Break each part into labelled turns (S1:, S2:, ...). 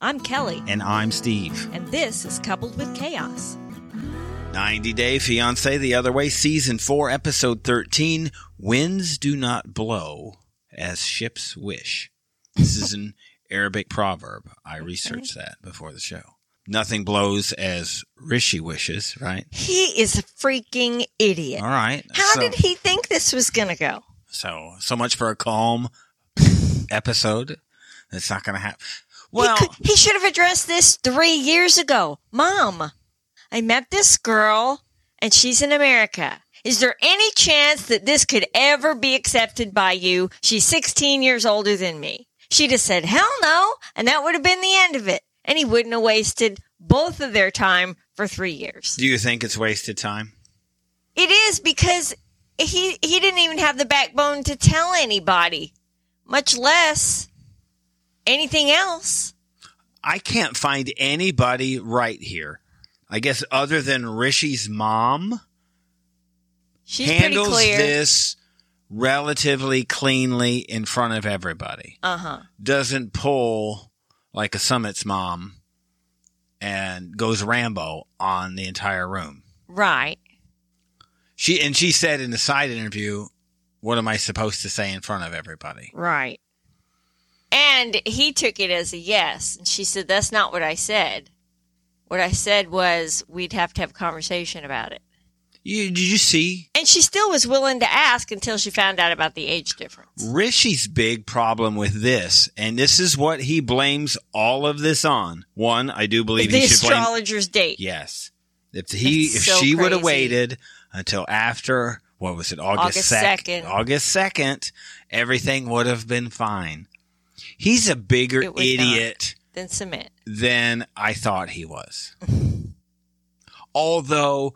S1: I'm Kelly,
S2: And I'm Steve.
S1: and this is Coupled with Chaos.
S2: 90 Day Fiance The Other Way, Season 4, Episode 13 Winds Do Not Blow as Ships Wish. This is an Arabic proverb. I researched that before the show. Nothing blows as Rishi wishes, right?
S1: He is a freaking idiot.
S2: All right.
S1: How
S2: so,
S1: did he think this was going to go?
S2: so, so much for a calm episode. It's not going to happen. Well,
S1: he, could- he should have addressed this three years ago. Mom, I met this girl and she's in America. Is there any chance that this could ever be accepted by you? She's 16 years older than me. She'd have said, hell no. And that would have been the end of it. And he wouldn't have wasted both of their time for three years.
S2: do you think it's wasted time?
S1: It is because he he didn't even have the backbone to tell anybody, much less anything else.
S2: I can't find anybody right here. I guess other than Rishi's mom
S1: She's
S2: handles
S1: pretty clear.
S2: this relatively cleanly in front of everybody.
S1: Uh huh.
S2: Doesn't pull like a Summit's mom and goes Rambo on the entire room.
S1: Right.
S2: She and she said in the side interview, "What am I supposed to say in front of everybody?"
S1: Right. And he took it as a yes, and she said, "That's not what I said. What I said was we'd have to have a conversation about it."
S2: You, did you see
S1: And she still was willing to ask until she found out about the age difference.
S2: Rishi's big problem with this, and this is what he blames all of this on. One, I do believe
S1: the
S2: he should blame.
S1: astrologer's date.
S2: Yes, if he,
S1: That's
S2: if
S1: so
S2: she would have
S1: crazy.
S2: waited until after what was it, August
S1: August
S2: sec-
S1: 2nd.
S2: August second, everything would have been fine. He's a bigger
S1: It was
S2: idiot
S1: Then submit.
S2: than I thought he was. Although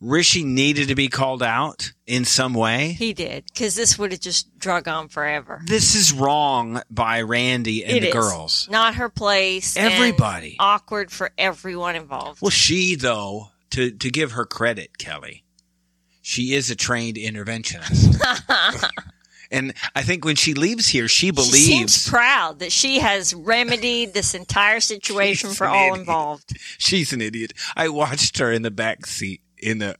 S2: Rishi needed to be called out in some way.
S1: He did, because this would have just drug on forever.
S2: This is wrong by Randy and
S1: It
S2: the
S1: is.
S2: girls.
S1: Not her place. and
S2: Everybody.
S1: awkward for everyone involved.
S2: Well, she though, to to give her credit, Kelly, she is a trained interventionist. and I think when she leaves here, she believes
S1: She seems proud that she has remedied this entire situation
S2: She's
S1: for
S2: an
S1: all
S2: idiot.
S1: involved.
S2: she's an idiot. I watched her in the back seat in the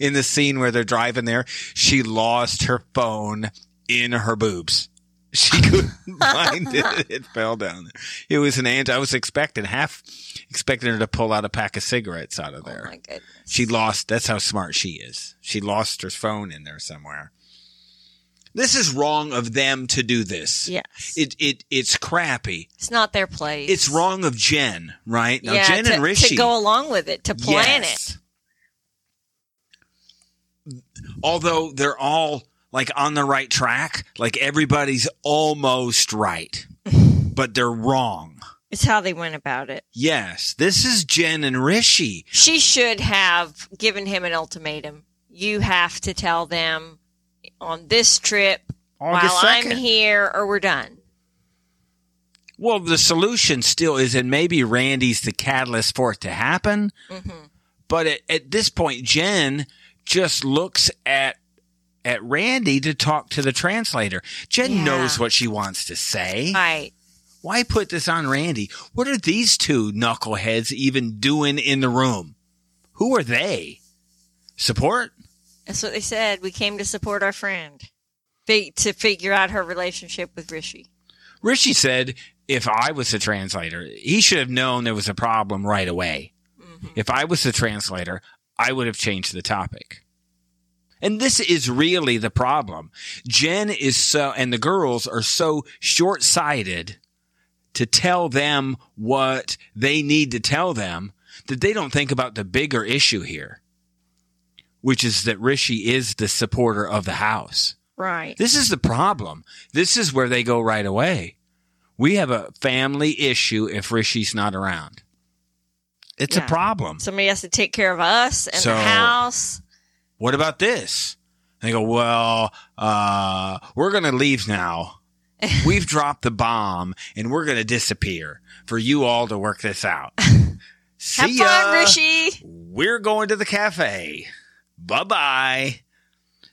S2: in the scene where they're driving there. She lost her phone in her boobs. She couldn't find it. It fell down there. It was an anti. I was expecting half expecting her to pull out a pack of cigarettes out of there.
S1: Oh my goodness.
S2: She lost. That's how smart she is. She lost her phone in there somewhere. This is wrong of them to do this.
S1: Yes.
S2: It it it's crappy.
S1: it's not their place.
S2: It's wrong of Jen, right? Now
S1: yeah,
S2: Jen
S1: to,
S2: and Rishi
S1: to go along with it, to plan it.
S2: Yes. Although they're all like on the right track, like everybody's almost right, but they're wrong.
S1: It's how they went about it.
S2: Yes, this is Jen and Rishi.
S1: She should have given him an ultimatum. You have to tell them on this trip
S2: August
S1: while I'm
S2: 2nd.
S1: here, or we're done.
S2: Well, the solution still is, and maybe Randy's the catalyst for it to happen. But at, at this point, Jen just looks at at Randy to talk to the translator. Jen
S1: Yeah.
S2: knows what she wants to say.
S1: Right.
S2: Why put this on Randy? What are these two knuckleheads even doing in the room? Who are they? Support?
S1: That's what they said. We came to support our friend Fi- to figure out her relationship with Rishi.
S2: Rishi said, if I was the translator, he should have known there was a problem right away. If I was the translator, I would have changed the topic. And this is really the problem. Jen is so, and the girls are so short sighted to tell them what they need to tell them that they don't think about the bigger issue here, which is that Rishi is the supporter of the house.
S1: Right.
S2: This is the problem. This is where they go right away. We have a family issue if Rishi's not around. It's
S1: Yeah.
S2: a problem.
S1: Somebody has to take care of us and
S2: So-
S1: the house.
S2: What about this? And they go, well, uh, we're going to leave now. We've dropped the bomb and we're going to disappear for you all to work this out.
S1: Have
S2: See
S1: fun,
S2: ya.
S1: Rishi.
S2: We're going to the cafe. Bye bye.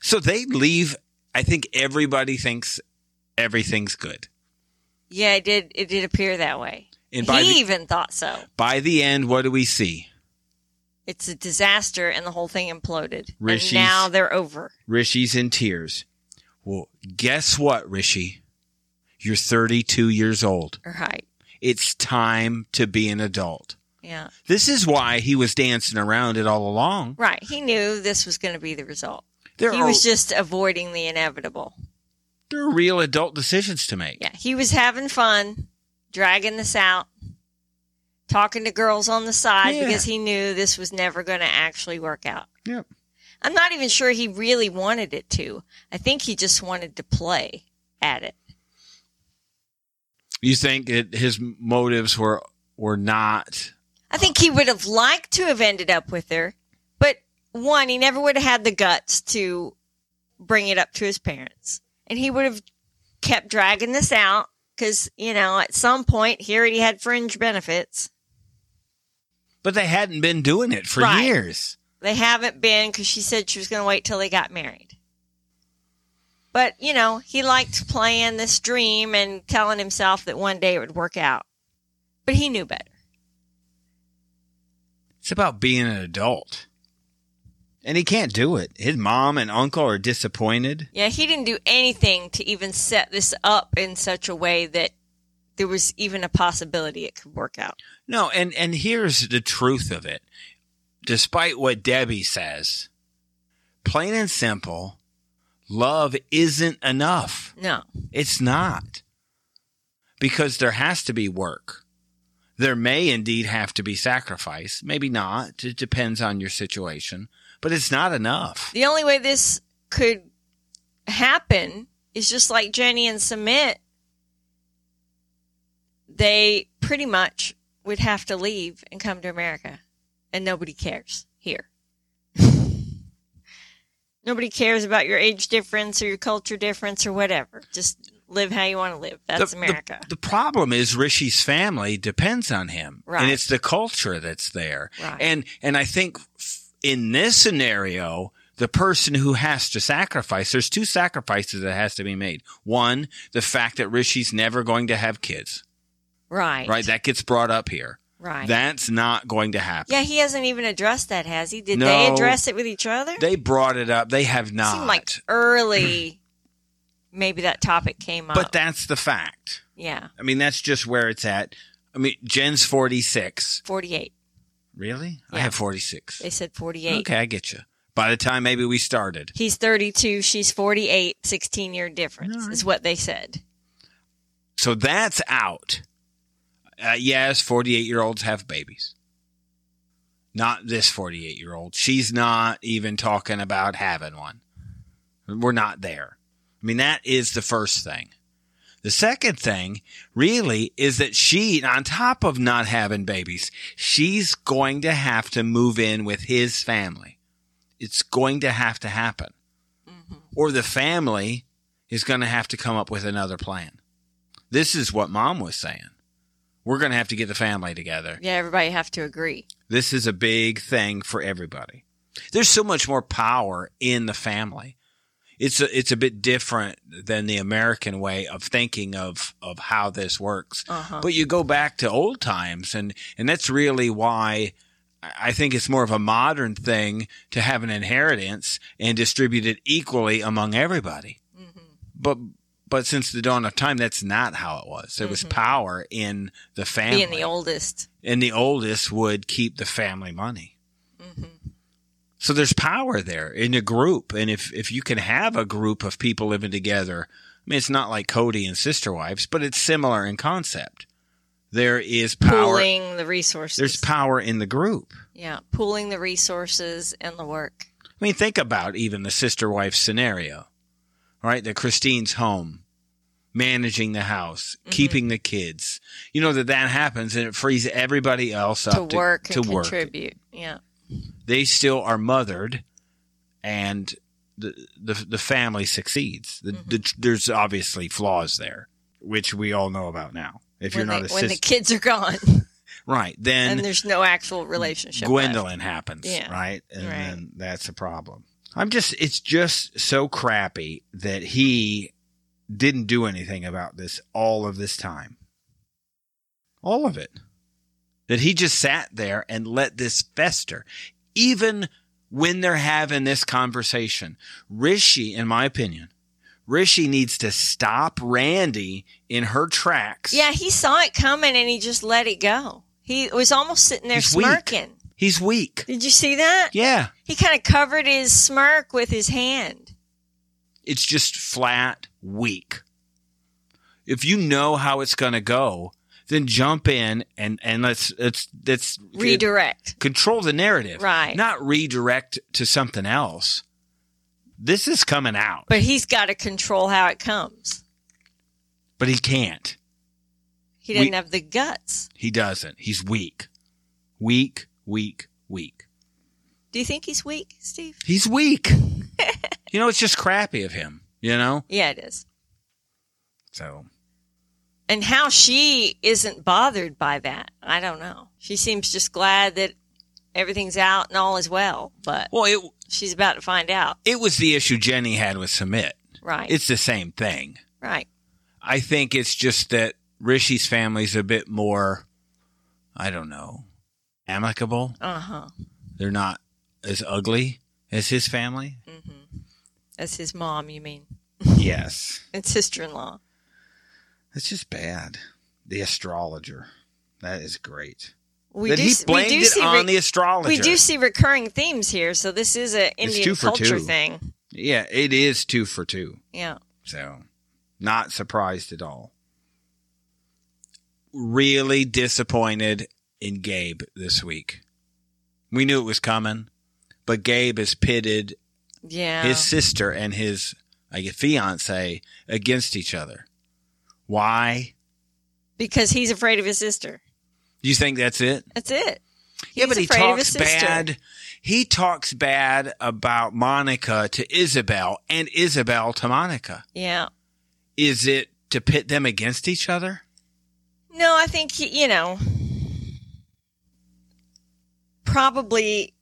S2: So they leave. I think everybody thinks everything's good.
S1: Yeah, it did. It did appear that way.
S2: And by
S1: he
S2: the,
S1: even thought so.
S2: by the end, what do we see?
S1: It's a disaster, and the whole thing imploded.
S2: Rishi's-
S1: And now they're over.
S2: Rishi's in tears. Well, guess what, Rishi? You're 32 years old.
S1: Right.
S2: It's time to be an adult.
S1: Yeah.
S2: This is why he was dancing around it all along.
S1: Right. He knew this was going to be the result.
S2: There
S1: he
S2: are
S1: was just avoiding the inevitable.
S2: there are real adult decisions to make.
S1: Yeah. He was having fun, dragging this out, talking to girls on the side
S2: Yeah.
S1: because he knew this was never going to actually work out.
S2: Yep.
S1: I'm not even sure he really wanted it to. I think he just wanted to play at it.
S2: You think that his motives were were not
S1: I think he would have liked to have ended up with her, but one, he never would have had the guts to bring it up to his parents. And he would have kept dragging this out because, you know, at some point he already had fringe benefits.
S2: but they hadn't been doing it for
S1: Right.
S2: years.
S1: They haven't been because she said she was going to wait till they got married. But, you know, he liked playing this dream and telling himself that one day it would work out. But he knew better.
S2: It's about being an adult. And he can't do it. His mom and uncle are disappointed.
S1: Yeah, he didn't do anything to even set this up in such a way that there was even a possibility it could work out.
S2: No, and and here's the truth of it. Despite what Debbie says, plain and simple, love isn't enough.
S1: No.
S2: It's not. Because there has to be work. There may indeed have to be sacrifice, maybe not. It depends on your situation, but it's not enough.
S1: The only way this could happen is just like Jenny and Submit. They pretty much would have to leave and come to America, and nobody cares here. nobody cares about your age difference or your culture difference or whatever. Just live how you want to live. That's
S2: The- the-
S1: America.
S2: The, problem is Rishi's family depends on him,
S1: Right.
S2: and it's the culture that's there.
S1: Right.
S2: And and I think f- in this scenario, the person who has to sacrifice, there's two sacrifices that has to be made. One, the fact that Rishi's never going to have kids,
S1: Right.
S2: right? That gets brought up here.
S1: Right.
S2: That's not going to happen.
S1: yeah, he hasn't even addressed that, has he? Did
S2: No.
S1: they address it with each other?
S2: They brought it up. They have
S1: It
S2: not.
S1: seemed like early, maybe that topic came up.
S2: but that's the fact.
S1: yeah,
S2: I mean, that's just where it's at. I mean, Jen's 46.
S1: 48.
S2: Really? I
S1: Yeah.
S2: have 46.
S1: They said 48.
S2: Okay, I get you. By the time maybe we started,
S1: He's 32, she's 48, 16 year difference
S2: All right.
S1: is what they said.
S2: so that's out. Uh, yes, forty-eight-year-olds have babies. Not this forty-eight-year-old. She's not even talking about having one. We're not there. I mean, that is the first thing. The second thing, really, is that she, on top of not having babies, she's going to have to move in with his family. It's going to have to happen. Or the family is going to have to come up with another plan. This is what mom was saying. We're going to have to get the family together.
S1: Yeah, everybody have to agree.
S2: This is a big thing for everybody. There's so much more power in the family. It's a, it's a bit different than the American way of thinking of, of how this works.
S1: Uh-huh.
S2: But you go back to old times, and, and that's really why I I think it's more of a modern thing to have an inheritance and distribute it equally among everybody
S1: Mm-hmm.
S2: but but since the dawn of time, that's not how it was. There was power in the family,
S1: Mm-hmm. Being the oldest.
S2: and the oldest would keep the family money. So there's power there in a group, and if if you can have a group of people living together, I mean, it's not like Cody and Sister Wives, but it's similar in concept. There is power.
S1: Pooling the resources.
S2: There's power in the group.
S1: yeah, pooling the resources and the work.
S2: I mean, think about even the sister wife scenario, right? That Christine's home, managing the house, keeping the kids. You know that that happens, and it frees everybody else
S1: to
S2: up to
S1: work
S2: To
S1: and
S2: work,
S1: contribute. Yeah.
S2: they still are mothered, and the the, the family succeeds. The,
S1: Mm-hmm.
S2: the, there's obviously flaws there, which we all know about now. If
S1: When,
S2: you're not
S1: they-
S2: a
S1: when the
S2: sister,
S1: kids are gone
S2: right? Then
S1: and there's no actual relationship. left.
S2: Gwendolyn happens,
S1: Yeah.
S2: right? And
S1: Right.
S2: then that's a problem. I'm just, it's just so crappy that he didn't do anything about this all of this time. all of it. That he just sat there and let this fester. Even when they're having this conversation, Rishi, in my opinion, Rishi needs to stop Randy in her tracks.
S1: Yeah, he saw it coming and he just let it go. He was almost sitting there
S2: He's weak.
S1: smirking.
S2: He's weak.
S1: Did you see that?
S2: Yeah.
S1: He kind of covered his smirk with his hand.
S2: It's just flat weak. If you know how it's going to go, then jump in and, and let's, let's, let's
S1: Redirect.
S2: control the narrative.
S1: Right.
S2: Not redirect to something else. This is coming out,
S1: But he's got to control how it comes.
S2: but he can't.
S1: He doesn't
S2: We-
S1: have the guts.
S2: He doesn't. He's weak. Weak, weak, weak.
S1: Do you think he's weak, Steve?
S2: He's weak. you know, it's just crappy of him, you know?
S1: Yeah, it is.
S2: So,
S1: And how she isn't bothered by that, I don't know. She seems just glad that everything's out and all is well, but
S2: well, it,
S1: she's about to find out.
S2: it was the issue Jenny had with Submit.
S1: Right.
S2: It's the same thing.
S1: right.
S2: I think it's just that Rishi's family's a bit more, I don't know, amicable.
S1: Uh huh.
S2: They're not as ugly as his family.
S1: Mm-hmm. That's his mom, you mean,
S2: yes.
S1: and sister in law.
S2: That's just bad. The astrologer. That is great.
S1: We
S2: that he
S1: s-
S2: blamed it on
S1: re-
S2: the astrologer.
S1: we do see recurring themes here, so this is an Indian
S2: two for
S1: culture
S2: two.
S1: thing.
S2: yeah, it is two for two.
S1: Yeah.
S2: So, not surprised at all. Really disappointed in Gabe this week. We knew it was coming, but Gabe has pitted
S1: Yeah.
S2: his sister and his I guess, fiance against each other. Why?
S1: because he's afraid of his sister.
S2: Do you think that's it?
S1: That's it.
S2: yeah,
S1: He's
S2: but he
S1: afraid of
S2: talks
S1: his sister.
S2: bad. He talks bad about Monica to Isabel and Isabel to Monica.
S1: Yeah.
S2: Is it to pit them against each other?
S1: No, I think, he- you know, probably,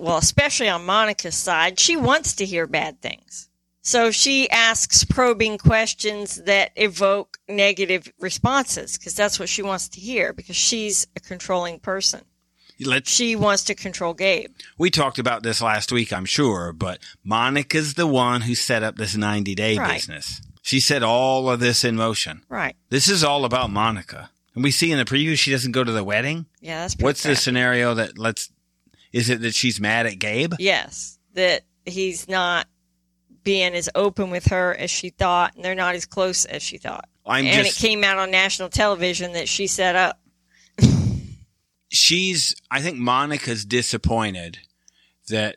S1: well, especially on Monica's side, she wants to hear bad things. So she asks probing questions that evoke negative responses because that's what she wants to hear because she's a controlling person.
S2: Let's.
S1: She wants to control Gabe.
S2: We talked about this last week, I'm sure, but Monica's the one who set up this 90 day
S1: Right.
S2: business. She set all of this in motion.
S1: Right.
S2: This is all about Monica, and we see in the preview she doesn't go to the wedding.
S1: Yeah, that's pretty
S2: What's the
S1: crap.
S2: scenario that lets? Is it that she's mad at Gabe?
S1: Yes, that he's not being as open with her as she thought, and they're not as close as she thought.
S2: I'm
S1: and
S2: just
S1: it came out on national television that she set up.
S2: she's I think Monica's disappointed that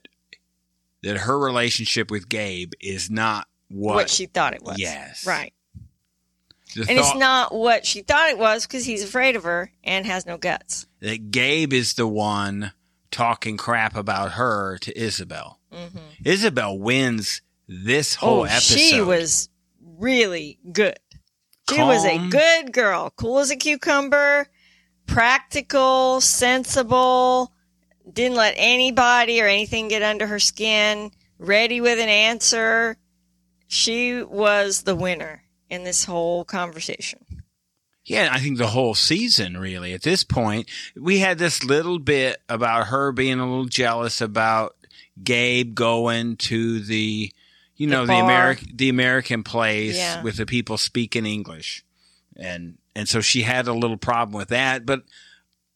S2: that her relationship with Gabe is not what,
S1: what, she thought it was.
S2: Yes.
S1: Right.
S2: the
S1: and it's
S2: thought
S1: not what she thought it was because he's afraid of her and has no guts.
S2: that Gabe is the one talking crap about her to Isabel.
S1: Mm-hmm.
S2: Isabel wins this whole
S1: Oh,
S2: episode.
S1: she was really good. She was a
S2: Calm.
S1: good girl, cool as a cucumber, practical, sensible, didn't let anybody or anything get under her skin, ready with an answer. She was the winner in this whole conversation.
S2: Yeah, I think the whole season really at this point. We had this little bit about her being a little jealous about Gabe going to the you
S1: The
S2: know, the,
S1: bar.
S2: American the American place
S1: Yeah.
S2: with the people speaking English. And and so she had a little problem with that, but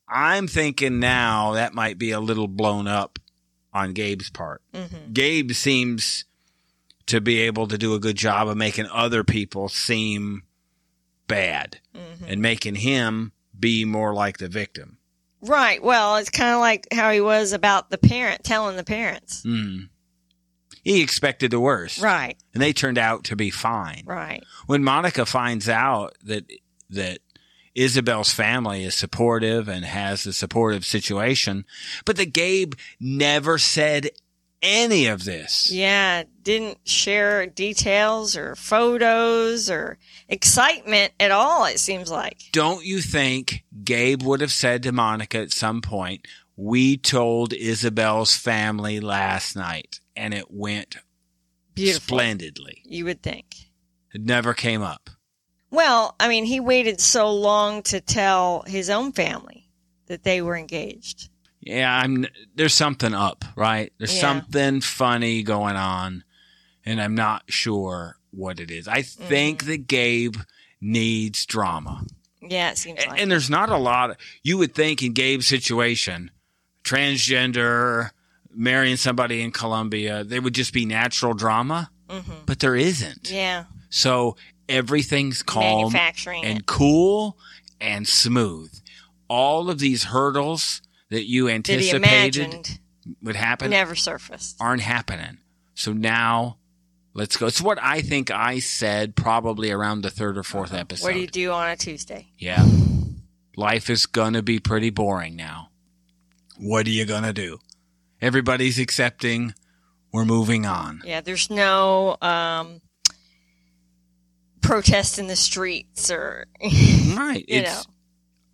S2: I'm thinking now that might be a little blown up on Gabe's part.
S1: Mm-hmm.
S2: Gabe seems to be able to do a good job of making other people seem bad
S1: Mm-hmm.
S2: and making him be more like the victim.
S1: Right. Well, it's kind of like how he was about the parent telling the parents.
S2: Mm. He expected the worst,
S1: Right.
S2: and they turned out to be fine.
S1: Right.
S2: When Monica finds out that that Isabel's family is supportive and has a supportive situation, but that Gabe never said any of this.
S1: Yeah. Didn't share details or photos or excitement at all, it seems like.
S2: Don't you think Gabe would have said to Monica at some point, "We told Isabel's family last night, and it went
S1: Beautiful.
S2: splendidly."
S1: You would think.
S2: It never came up.
S1: Well, I mean, he waited so long to tell his own family that they were engaged.
S2: Yeah, I'm. There's something up, right? There's
S1: Yeah.
S2: something funny going on, and I'm not sure what it is. I
S1: Mm-hmm.
S2: think that Gabe needs drama,
S1: Yeah, it seems
S2: and,
S1: like.
S2: and there's not a lot. You would think in Gabe's situation, transgender, marrying somebody in Colombia, there would just be natural drama,
S1: Mhm.
S2: but there isn't.
S1: Yeah,
S2: So everything's calm
S1: manufacturing. it.
S2: and cool and smooth. All of these hurdles that you
S1: that he
S2: anticipated
S1: imagined
S2: would happen
S1: never surfaced.
S2: aren't happening. So now let's go. It's what I think I said probably around the third or fourth episode.
S1: What Uh-huh. do you do on a Tuesday?
S2: yeah. Life is going to be pretty boring now. What are you going to do? Everybody's accepting. We're moving on.
S1: Yeah, there's no um, protest in the streets or, you
S2: Right.
S1: know.
S2: It's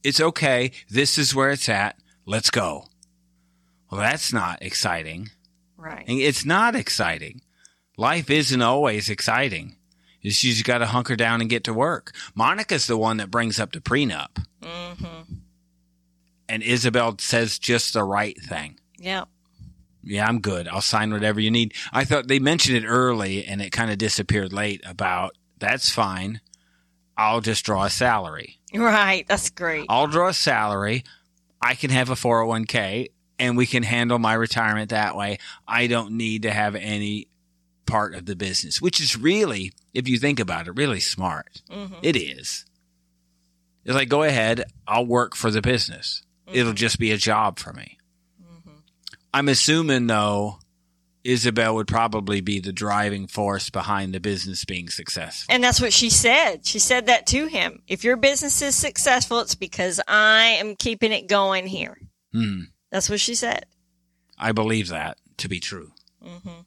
S2: it's okay. This is where it's at. Let's go. Well, that's not exciting.
S1: Right.
S2: And It's not exciting. Life isn't always exciting. It's you just got to hunker down and get to work. Monica's the one that brings up the prenup,
S1: Mm-hmm.
S2: and Isabel says just the right thing.
S1: Yeah.
S2: Yeah, I'm good. I'll sign whatever you need. I thought they mentioned it early, and it kind of disappeared late about that's fine. I'll just draw a salary.
S1: Right. That's great.
S2: I'll draw a salary. I can have a 401k and we can handle my retirement that way. I don't need to have any part of the business, which is really, if you think about it, really smart.
S1: Mhm.
S2: It is. It's like, go ahead, I'll work for the business.
S1: mm-hmm.
S2: It'll just be a job for me. Mm-hmm. I'm assuming, though, Isabel would probably be the driving force behind the business being successful.
S1: And that's what she said. She said that to him. If your business is successful, it's because I am keeping it going here.
S2: Hmm.
S1: That's what she said.
S2: I believe that to be true.
S1: hmm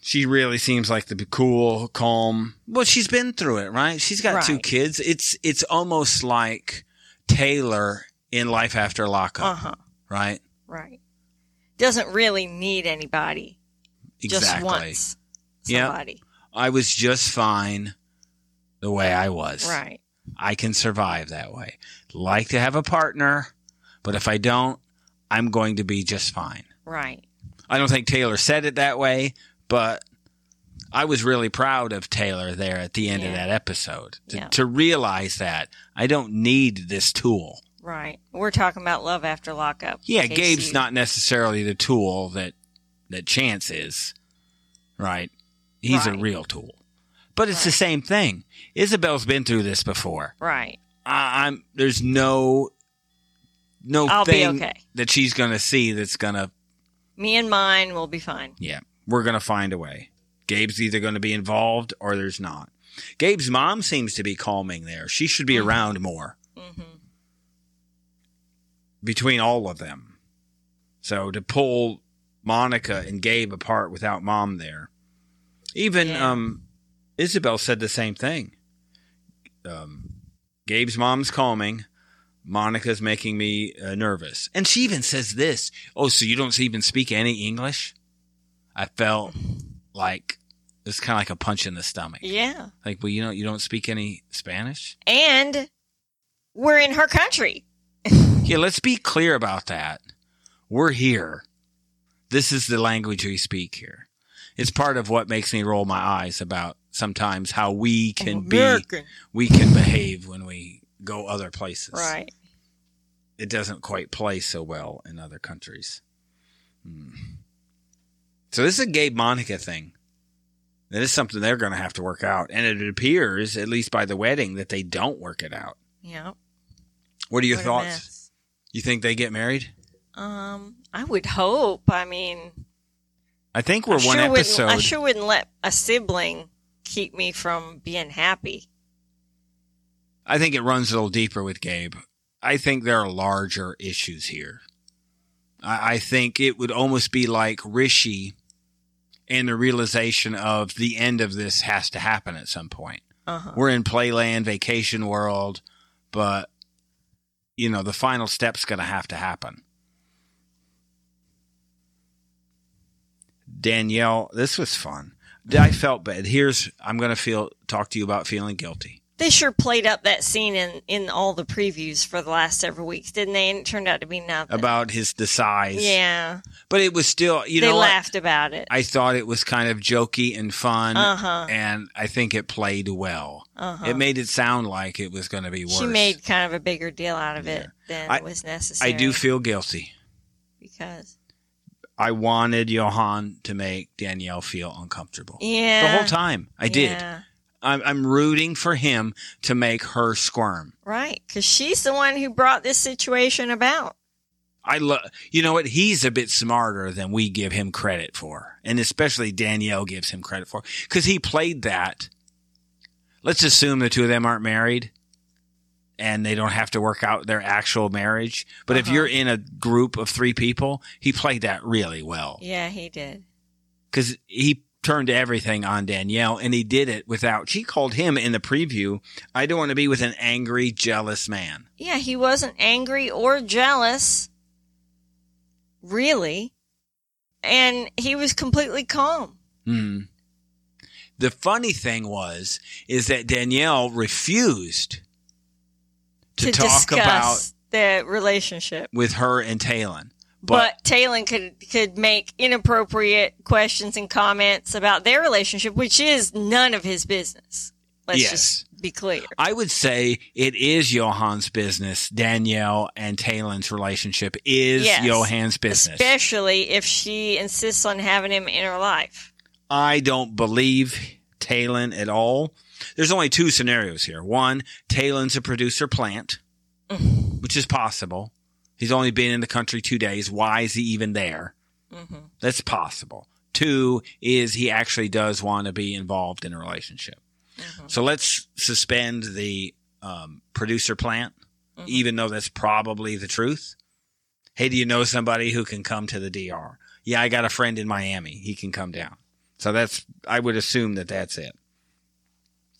S2: she really seems like the cool, calm. Well, she's been through it, right? She's got two
S1: Right.
S2: kids. It's it's almost like Taylor in Life After Lockup,
S1: Uh huh.
S2: right?
S1: Right. Doesn't really need anybody. Just wants
S2: Yeah.
S1: somebody.
S2: I was just fine the way I was.
S1: Right.
S2: I can survive that way. Like to have a partner, but if I don't, I'm going to be just fine.
S1: Right.
S2: I don't think Taylor said it that way, but I was really proud of Taylor there at the end of
S1: Yeah.
S2: that episode to,
S1: Yeah.
S2: to realize that I don't need this tool.
S1: Right. We're talking about love after lockup.
S2: Yeah,
S1: in case
S2: Gabe's
S1: you-
S2: not necessarily the tool that that Chance is, right? He's
S1: Right.
S2: a real tool, but it's the
S1: Right.
S2: same thing. Isabel's been through this before.
S1: Right.
S2: I, I'm there's no no
S1: I'll be
S2: thing
S1: okay.
S2: that she's gonna see that's gonna
S1: Me and mine will be fine.
S2: Yeah, we're going to find a way. Gabe's either going to be involved or there's not. Gabe's mom seems to be calming there. She should
S1: Mm.
S2: be around more
S1: hmm
S2: between all of them. So to pull Monica and Gabe apart without mom there. Even
S1: Yeah.
S2: um, Isabel said the same thing. Um, Gabe's mom's calming. Monica's making me uh, nervous. And she even says this Oh, so you don't even speak any English? I felt like it's kind of like a punch in the stomach.
S1: Yeah.
S2: Like, well, you know, you don't speak any Spanish?
S1: And we're in her country.
S2: Yeah, let's be clear about that. We're here. This is the language we speak here. It's part of what makes me roll my eyes about sometimes how we can be,
S1: American.
S2: we can behave when we go other places.
S1: Right.
S2: It doesn't quite play so well in other countries. Hmm. So this is a Gabe Monica thing. That is something they're going to have to work out. And it appears, at least by the wedding, that they don't work it out.
S1: Yeah.
S2: What are your
S1: What a
S2: thoughts?
S1: mess.
S2: You think they get married?
S1: Um, I would hope. I mean,
S2: I think we're
S1: I
S2: one
S1: sure wouldn't-
S2: episode.
S1: I sure wouldn't let a sibling keep me from being happy.
S2: I think it runs a little deeper with Gabe. I think there are larger issues here. I, I think it would almost be like Rishi and the realization of the end of this has to happen at some point.
S1: Uh huh.
S2: We're in playland, vacation world, but you know, the final step's going to have to happen. Danielle, this was fun. I felt bad. Here's I'm going to feel talk to you about feeling guilty.
S1: They sure played up that scene in, in all the previews for the last several weeks, didn't they? And it turned out to be nothing.
S2: about his the size.
S1: yeah.
S2: But it was still, you
S1: they
S2: know, what?
S1: laughed about it.
S2: I thought it was kind of jokey and fun,
S1: Uh huh.
S2: and I think it played well.
S1: Uh huh.
S2: It made it sound like it was going to be worse.
S1: She made kind of a bigger deal out of it than
S2: I-
S1: was necessary.
S2: I do feel guilty.
S1: because
S2: I wanted Johan to make Danielle feel uncomfortable
S1: yeah,
S2: the whole time. I did.
S1: yeah.
S2: I'm, I'm rooting for him to make her squirm.
S1: right because she's the one who brought this situation about.
S2: I love. You know what? He's a bit smarter than we give him credit for, and especially Danielle gives him credit for because he played that. Let's assume the two of them aren't married, and they don't have to work out their actual marriage. But if
S1: Uh-huh.
S2: you're in a group of three people, he played that really well
S1: Yeah, he did.
S2: because he turned everything on Danielle, and he did it without. She called him in the preview. I don't want to be with an angry, jealous man.
S1: Yeah, he wasn't angry or jealous, really, and he was completely calm.
S2: Hmm. The funny thing was is that Danielle refused to, talk about
S1: discuss the relationship.
S2: with her and Talon. But,
S1: But, Talon could could make inappropriate questions and comments about their relationship, which is none of his business. Let's
S2: Yes.
S1: just be clear.
S2: I would say it is Johan's business. Danielle and Talon's relationship is
S1: Yes.
S2: Johan's business.
S1: Especially if she insists on having him in her life.
S2: I don't believe Talon at all. There's only two scenarios here. One, Talon's a producer plant, which is possible. He's only been in the country two days. Why is he even there?
S1: hmm
S2: That's possible. Two is he actually does want to be involved in a relationship.
S1: Mhm.
S2: So let's suspend the um, producer plant, even though that's probably the truth. Hey, do you know somebody who can come to the DR? Yeah, I got a friend in Miami. He can come down. So that's, I would assume that that's it.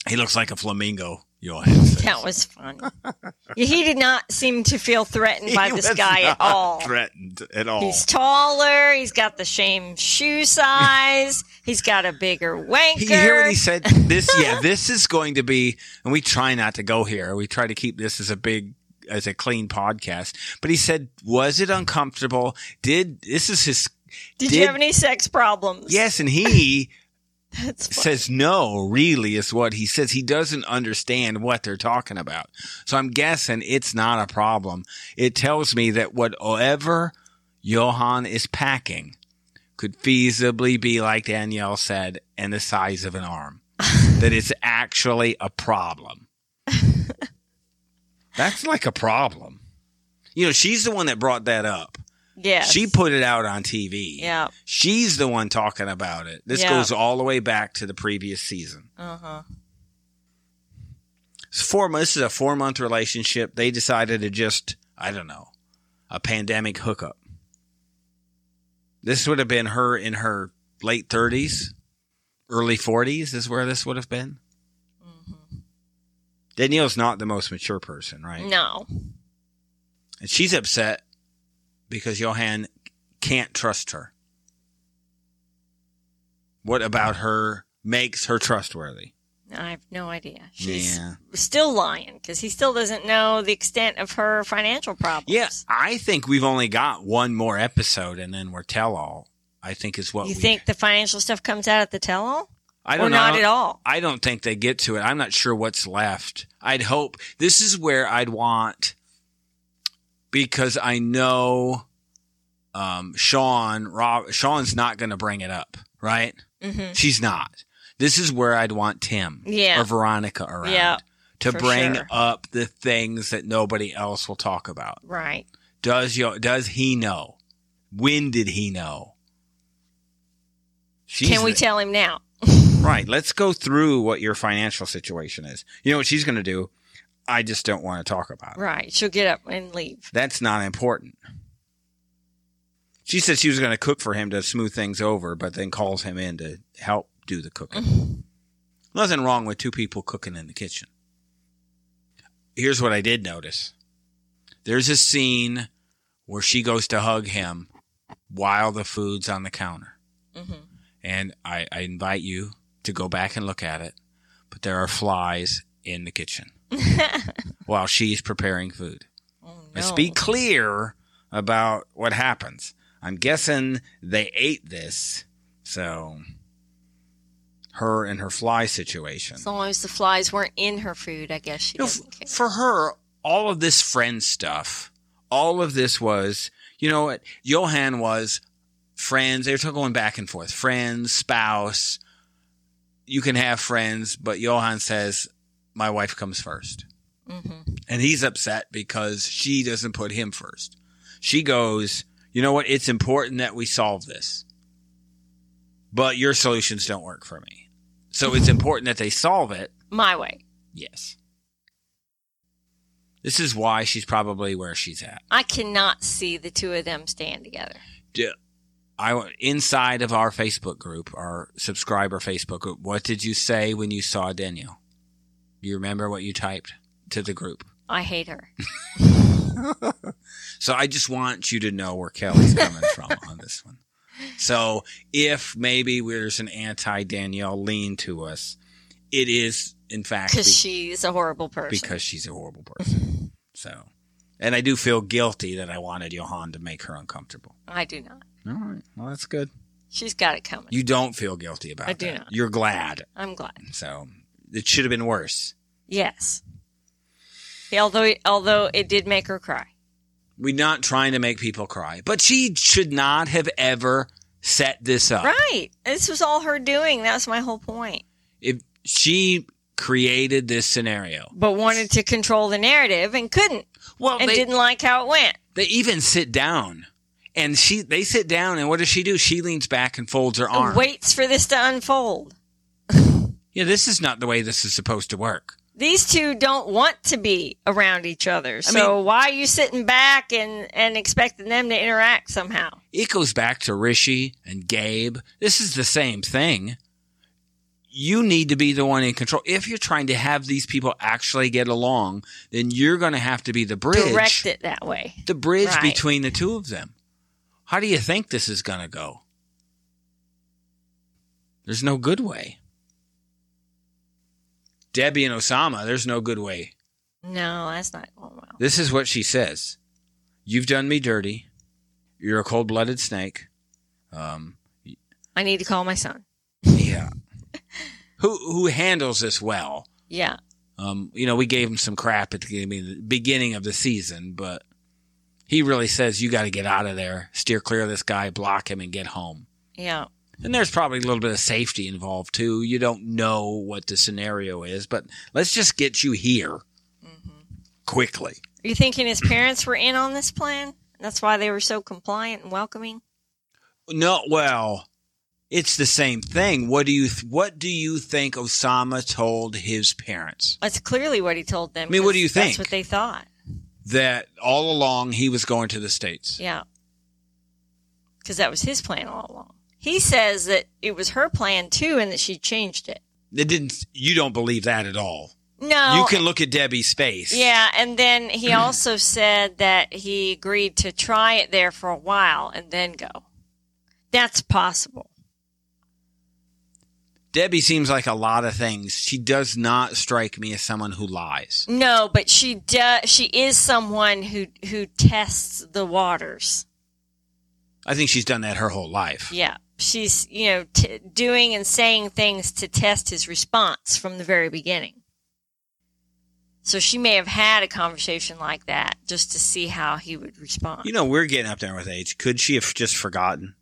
S2: He looks like a flamingo. You'll have said.
S1: That was fun. he did not seem to feel threatened by
S2: He
S1: this
S2: was
S1: guy at
S2: not
S1: all.
S2: Threatened at all.
S1: He's taller. He's got the same shoe size. he's got a bigger wanker.
S2: You hear what he said? This, yeah, this is going to be, and we try not to go here. We try to keep this as a big, as a clean podcast. But he said, was it uncomfortable? Did, this is his,
S1: did,
S2: did-
S1: you have any sex problems?
S2: yes, and he
S1: That's fun.
S2: says no, really, is what he says. He doesn't understand what they're talking about. So I'm guessing it's not a problem. It tells me that whatever Johan is packing could feasibly be, like Danielle said, and the size of an arm. that it's actually a problem. That's like a problem. You know, she's the one that brought that up.
S1: yes.
S2: She put it out on TV.
S1: Yeah.
S2: She's the one talking about it. This
S1: Yeah.
S2: goes all the way back to the previous season.
S1: Uh huh.
S2: It's four months. This is a four month relationship. They decided to just, I don't know, a pandemic hookup. This would have been her in her late 30s, early 40s, is where this would have been.
S1: Mm-hmm.
S2: Danielle's not the most mature person, right?
S1: No.
S2: And she's upset because Johan can't trust her. What about her makes her trustworthy?
S1: I have no idea. She's
S2: Yeah.
S1: still lying because he still doesn't know the extent of her financial problems.
S2: Yes, I think we've only got one more episode and then we're tell all. I think is what
S1: You
S2: we,
S1: think the financial stuff comes out at the tell all?
S2: I
S1: Or
S2: don't
S1: not
S2: know.
S1: at all?
S2: I don't think they get to it. I'm not sure what's left. I'd hope this is where I'd want because I know um, Sean Rob, Sean's not going to bring it up, right?
S1: hmm
S2: She's not. This is where I'd want Tim
S1: Yeah.
S2: or Veronica around
S1: Yeah,
S2: to
S1: for
S2: bring
S1: sure.
S2: up the things that nobody else will talk about.
S1: Right.
S2: Does yo does he know? When did he know? She's
S1: Can we
S2: the-
S1: tell him now?
S2: Right. Let's go through what your financial situation is. You know what she's going to do? I just don't want to talk about it.
S1: Right. She'll get up and leave.
S2: That's not important. She said she was going to cook for him to smooth things over, but then calls him in to help do the cooking. Nothing wrong with two people cooking in the kitchen. Here's what I did notice there's a scene where she goes to hug him while the food's on the counter.
S1: hmm
S2: And I, I invite you to go back and look at it. But there are flies in the kitchen while she's preparing food.
S1: Oh, no.
S2: Let's be clear about what happens. I'm guessing they ate this. So her and her fly situation.
S1: As long as the flies weren't in her food, I guess she
S2: You know,
S1: doesn't
S2: f-
S1: care.
S2: for her, all of this friend stuff, all of this was, you know what? Johan was friends. They were still going back and forth friends, spouse. You can have friends, but Johan says, my wife comes first.
S1: Mm-hmm.
S2: And he's upset because she doesn't put him first. She goes, you know what? It's important that we solve this, but your solutions don't work for me. So it's important that they solve it.
S1: My way.
S2: Yes. This is why she's probably where she's at.
S1: I cannot see the two of them stand together.
S2: I inside of our Facebook group, our subscriber Facebook group. What did you say when you saw Danielle? Do you remember what you typed to the group?
S1: I hate her.
S2: So I just want you to know where Kelly's coming from on this one. So if maybe there's an anti Danielle lean to us, it is in fact
S1: because
S2: be-
S1: she's a horrible person.
S2: because she's a horrible person. So, and I do feel guilty that I wanted Johan to make her uncomfortable.
S1: I do not.
S2: All right. Well, that's good.
S1: She's got it coming.
S2: You don't feel guilty about
S1: I
S2: that.
S1: do not.
S2: You're glad.
S1: I'm glad.
S2: So it should have been worse.
S1: Yes. Although although it did make her cry.
S2: We're not trying to make people cry, but she should not have ever set this up.
S1: Right. This was all her doing. That's my whole point.
S2: If she created this scenario,
S1: But wanted to control the narrative and couldn't
S2: well,
S1: and
S2: they,
S1: didn't like how it went.
S2: they even sit down, and she they sit down, and what does she do? She leans back and folds her arm.
S1: Waits for this to unfold.
S2: Yeah, this is not the way this is supposed to work.
S1: These two don't want to be around each other. So
S2: mean-
S1: why are you sitting back and, and expecting them to interact somehow?
S2: it goes back to Rishi and Gabe. This is the same thing. You need to be the one in control. If you're trying to have these people actually get along, then you're going to have to be the bridge,
S1: Direct it that way.
S2: the bridge
S1: Right.
S2: between the two of them. How do you think this is going to go? There's no good way. Debbie and Osama, there's no good way.
S1: No, that's not going well.
S2: This is what she says You've done me dirty. You're a cold blooded snake. Um,
S1: I need to call my son.
S2: Yeah. who who handles this well?
S1: Yeah.
S2: Um, you know, we gave him some crap at the beginning- the beginning of the season, but he really says you got to get out of there, steer clear of this guy, block him, and get home.
S1: Yeah.
S2: And there's probably a little bit of safety involved too. You don't know what the scenario is, but let's just get you here quickly.
S1: Are you thinking his parents were in on this plan? That's why they were so compliant and welcoming?
S2: No, well, it's the same thing. What do you th- what do you think Osama told his parents?
S1: That's clearly what he told them.
S2: I mean, what
S1: 'cause
S2: do you think?
S1: That's what they thought.
S2: That all along he was going to the states.
S1: Yeah. Because that was his plan all along. He says that it was her plan too and that she changed it.
S2: It didn't. You don't believe that at all.
S1: No.
S2: you can look at Debbie's face.
S1: Oh, Yeah, and then he also said that he agreed to try it there for a while and then go. That's possible.
S2: Debbie seems like a lot of things. She does not strike me as someone who lies.
S1: No, but she does. She is someone who who tests the waters.
S2: I think she's done that her whole life.
S1: Yeah. She's, you know, t- doing and saying things to test his response from the very beginning. So she may have had a conversation like that just to see how he would respond.
S2: You know, we're getting up there with age. Could she have just forgotten?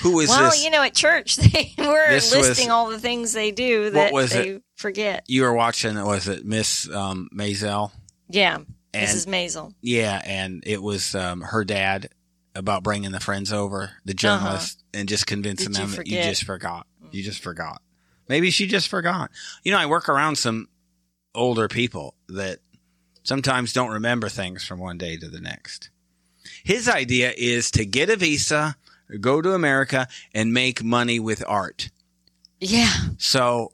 S2: who is
S1: well,
S2: this?
S1: you know, at church they were
S2: This was-
S1: listing all the things they do that
S2: was
S1: they forget.
S2: You were watching. Was it Miss um, Maisel?
S1: Yeah,
S2: And
S1: Mrs. Maisel.
S2: yeah, and it was um, her dad about bringing the friends over, the journalist, and just convincing
S1: Uh-huh. Did you
S2: them that you
S1: forget? Mm.
S2: just forgot. You just forgot. Maybe she just forgot. You know, I work around some older people that sometimes don't remember things from one day to the next. His idea is to get a visa, go to America, and make money with art.
S1: Yeah,
S2: So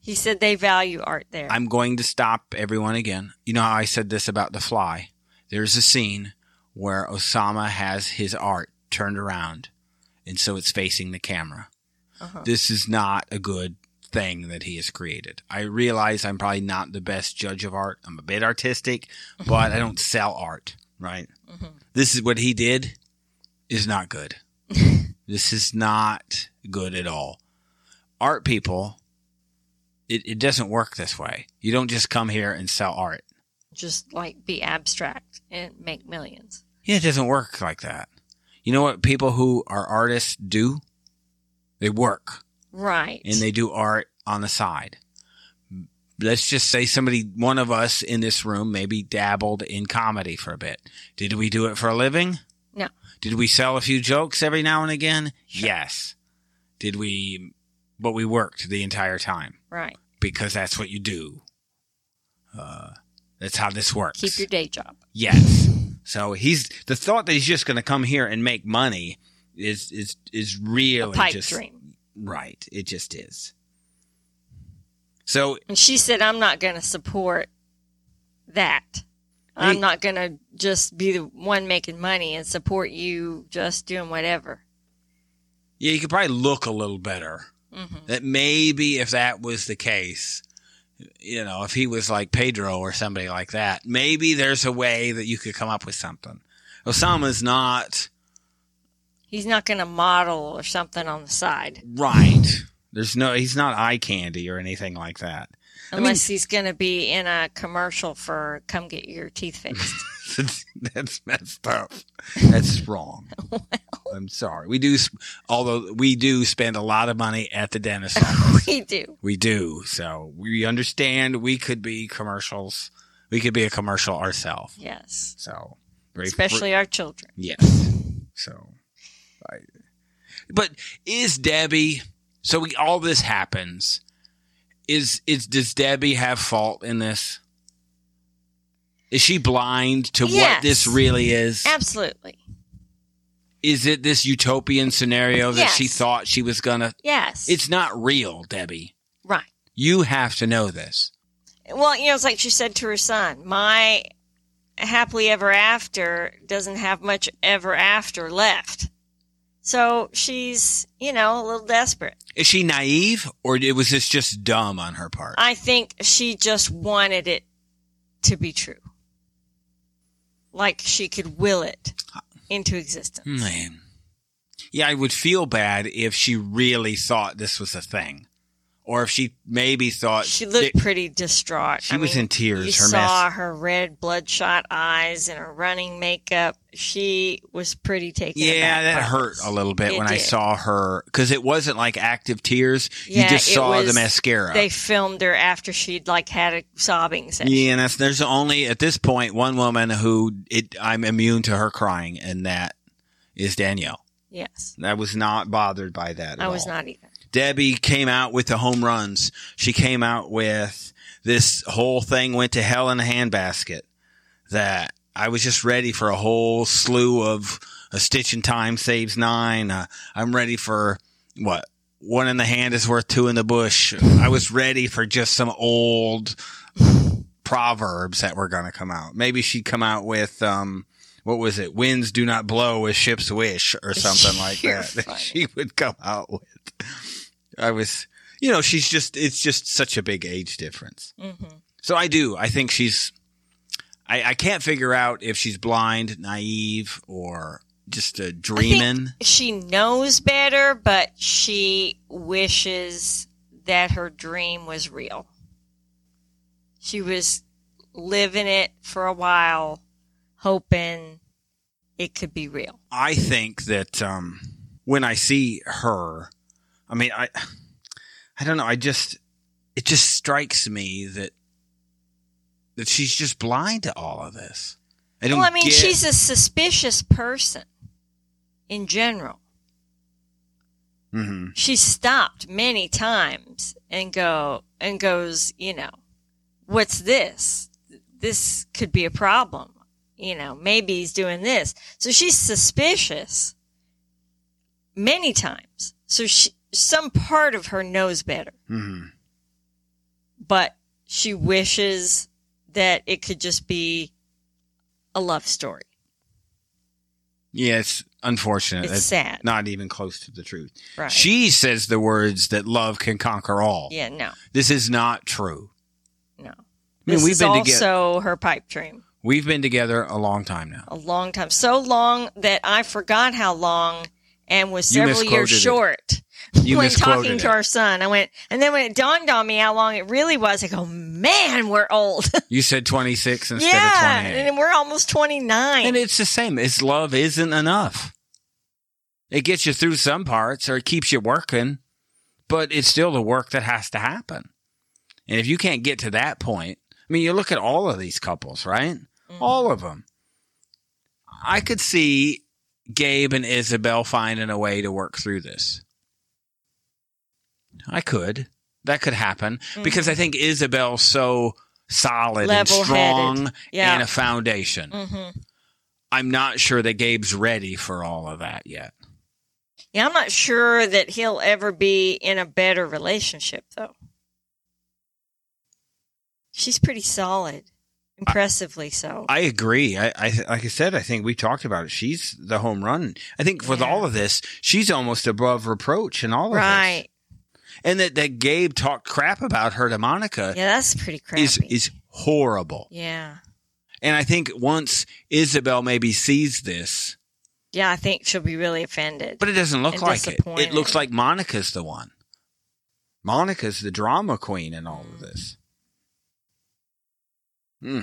S1: he said they value art there.
S2: I'm going to stop everyone again. You know how I said this about The Fly? There's a scene where Osama has his art turned around and so it's facing the camera.
S1: Uh-huh.
S2: This is not a good thing that he has created. I realize I'm probably not the best judge of art. I'm a bit artistic, but I don't sell art, right? This is what he did is not good. this is not good at all. Art people, it, it doesn't work this way. You don't just come here and sell art.
S1: Just like be abstract and make millions.
S2: Yeah, it doesn't work like that. You know what people who are artists do? They work
S1: Right.
S2: and they do art on the side. Let's just say somebody, one of us in this room, maybe dabbled in comedy for a bit. Did we do it for a living?
S1: No.
S2: Did we sell a few jokes every now and again? Yes. Did we, but we worked the entire time
S1: right.
S2: because that's what you do. Uh, that's how this works.
S1: Keep your day job.
S2: Yes. So he's the thought that he's just going to come here and make money is is is
S1: A
S2: really
S1: pipe
S2: Oh, just
S1: dream.
S2: right. It just is. So
S1: And she said, I'm not going to support that.
S2: Hey.
S1: I'm not going to just be the one making money and support you just doing whatever.
S2: yeah, you could probably look a little better.
S1: Mm-hmm.
S2: That maybe if that was the case, you know, if he was like Pedro or somebody like that, maybe there's a way that you could come up with something. Osama's not
S1: He's not going to model or something on the side
S2: right. There's no he's not eye candy or anything like that. I mean-
S1: unless he's going to be in a commercial for come get your teeth fixed.
S2: that's messed up. That's wrong. I'm sorry. We do, sp- although we do spend a lot of money at the dentist office.
S1: we do.
S2: we do. So we understand we could be commercials. We could be a commercial ourselves.
S1: Yes.
S2: So, very-
S1: Especially our children.
S2: Yes. So, I, but is Debbie? So we, all this happens. Is is does Debbie have fault in this? Is she blind to what
S1: Yes.
S2: this really is?
S1: Absolutely.
S2: Is it this utopian scenario that she
S1: Yes.
S2: thought she was gonna?
S1: Yes.
S2: It's not real, Debbie.
S1: right.
S2: You have to know this.
S1: Well, you know, it's like she said to her son, my happily ever after doesn't have much ever after left. So she's, you know, a little desperate.
S2: Is she naive, or it was this just dumb on her part?
S1: I think she just wanted it to be true. Like she could will it into existence.
S2: Man. Yeah, I would feel bad if she really thought this was a thing. Or if she maybe thought
S1: She looked
S2: that-
S1: pretty distraught.
S2: Uh, she
S1: I
S2: was
S1: mean,
S2: in tears.
S1: You
S2: Her
S1: saw
S2: mess.
S1: her red, bloodshot eyes and her running makeup. She was pretty taken.
S2: Yeah,
S1: aback
S2: that
S1: by
S2: hurt
S1: this.
S2: a little bit
S1: It
S2: when I
S1: did.
S2: saw her because it wasn't like active tears. you
S1: Yeah,
S2: just
S1: it
S2: saw the
S1: was-
S2: mascara.
S1: They filmed her after she'd like had a sobbing session.
S2: yeah, and that's, there's only at this point one woman who it, I'm immune to her crying, and that is Danielle.
S1: Yes,
S2: I was not bothered by that. at
S1: I was
S2: all.
S1: not either.
S2: Debbie came out with the home runs. She came out with this whole thing went to hell in a handbasket. That I was just ready for a whole slew of a stitch in time saves nine. Uh, I'm ready for what one in the hand is worth two in the bush. I was ready for just some old proverbs that were going to come out. Maybe she'd come out with um, what was it? Winds do not blow as ships wish, or something like
S1: You're
S2: that. that
S1: funny.
S2: she would come out with. I was, you know, she's just, it's just such a big age difference.
S1: hmm
S2: So I do. I think she's, I, I can't figure out if she's blind, naive, or just uh, dreaming.
S1: She knows better, but she wishes that her dream was real. She was living it for a while, hoping it could be real.
S2: I think that um, when I see her, I mean, I, I don't know. I just, it just strikes me that that she's just blind to all of this. I don't.
S1: Well, I mean,
S2: get-
S1: she's a suspicious person in general.
S2: Mhm.
S1: she stopped many times and go and goes, you know, what's this? This could be a problem. You know, maybe he's doing this. So she's suspicious many times. So she, some part of her knows better,
S2: Mhm.
S1: but she wishes that it could just be a love story.
S2: Yeah, it's unfortunate.
S1: It's
S2: That's
S1: sad.
S2: Not even close to the truth.
S1: Right.
S2: She says the words that love can conquer all.
S1: yeah, no,
S2: This is not true.
S1: no.
S2: I mean,
S1: this
S2: we've
S1: is
S2: been
S1: also
S2: together.
S1: her pipe dream.
S2: We've been together a long time now.
S1: A long time, so long that I forgot how long, and was
S2: You
S1: several years
S2: misquoted it.
S1: short.
S2: You
S1: when
S2: misquoted
S1: talking to
S2: it.
S1: our son, I went, and then when it dawned on me how long it really was, I go, man, we're old.
S2: You said 26 instead
S1: yeah,
S2: of 28.
S1: and we're almost twenty nine.
S2: And it's the same. It's love isn't enough. It gets you through some parts or it keeps you working, but it's still the work that has to happen. And if you can't get to that point, I mean, you look at all of these couples, right?
S1: Mm.
S2: All of them. I could see Gabe and Isabel finding a way to work through this. I could. That could happen
S1: Mm-hmm.
S2: because I think Isabel's so solid and
S1: Level-headed.
S2: strong
S1: Yeah.
S2: and a foundation.
S1: hmm
S2: I'm not sure that Gabe's ready for all of that yet.
S1: Yeah, I'm not sure that he'll ever be in a better relationship, though. She's pretty solid, impressively so.
S2: I agree. I, I like I said, I think we talked about it. She's the home run. I think with
S1: Yeah.
S2: all of this, she's almost above reproach in all of
S1: right?
S2: this. And that, that Gabe talked crap about her to Monica
S1: Yeah, that's pretty crappy.
S2: Uh, is is horrible.
S1: yeah,
S2: And I think once Isabel maybe sees this,
S1: yeah. I think she'll be really offended.
S2: but it doesn't look
S1: And
S2: like it. It
S1: disappointed.
S2: looks like Monica's the one. Monica's the drama queen in all of this. Hmm.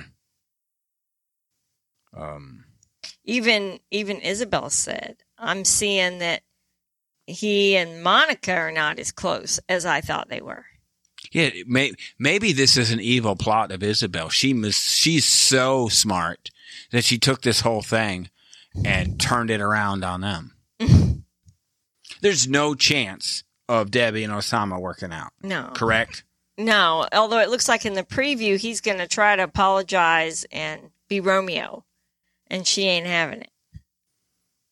S2: Um.
S1: even even Isabel said, "I'm seeing that he and Monica are not as close as I thought they were."
S2: Yeah, it may, maybe this is an evil plot of Isabel. She mis- she's so smart that she took this whole thing and turned it around on them. There's no chance of Debbie and Osama working out,
S1: No,
S2: correct?
S1: no. Although it looks like in the preview he's going to try to apologize and be Romeo, and she ain't having it.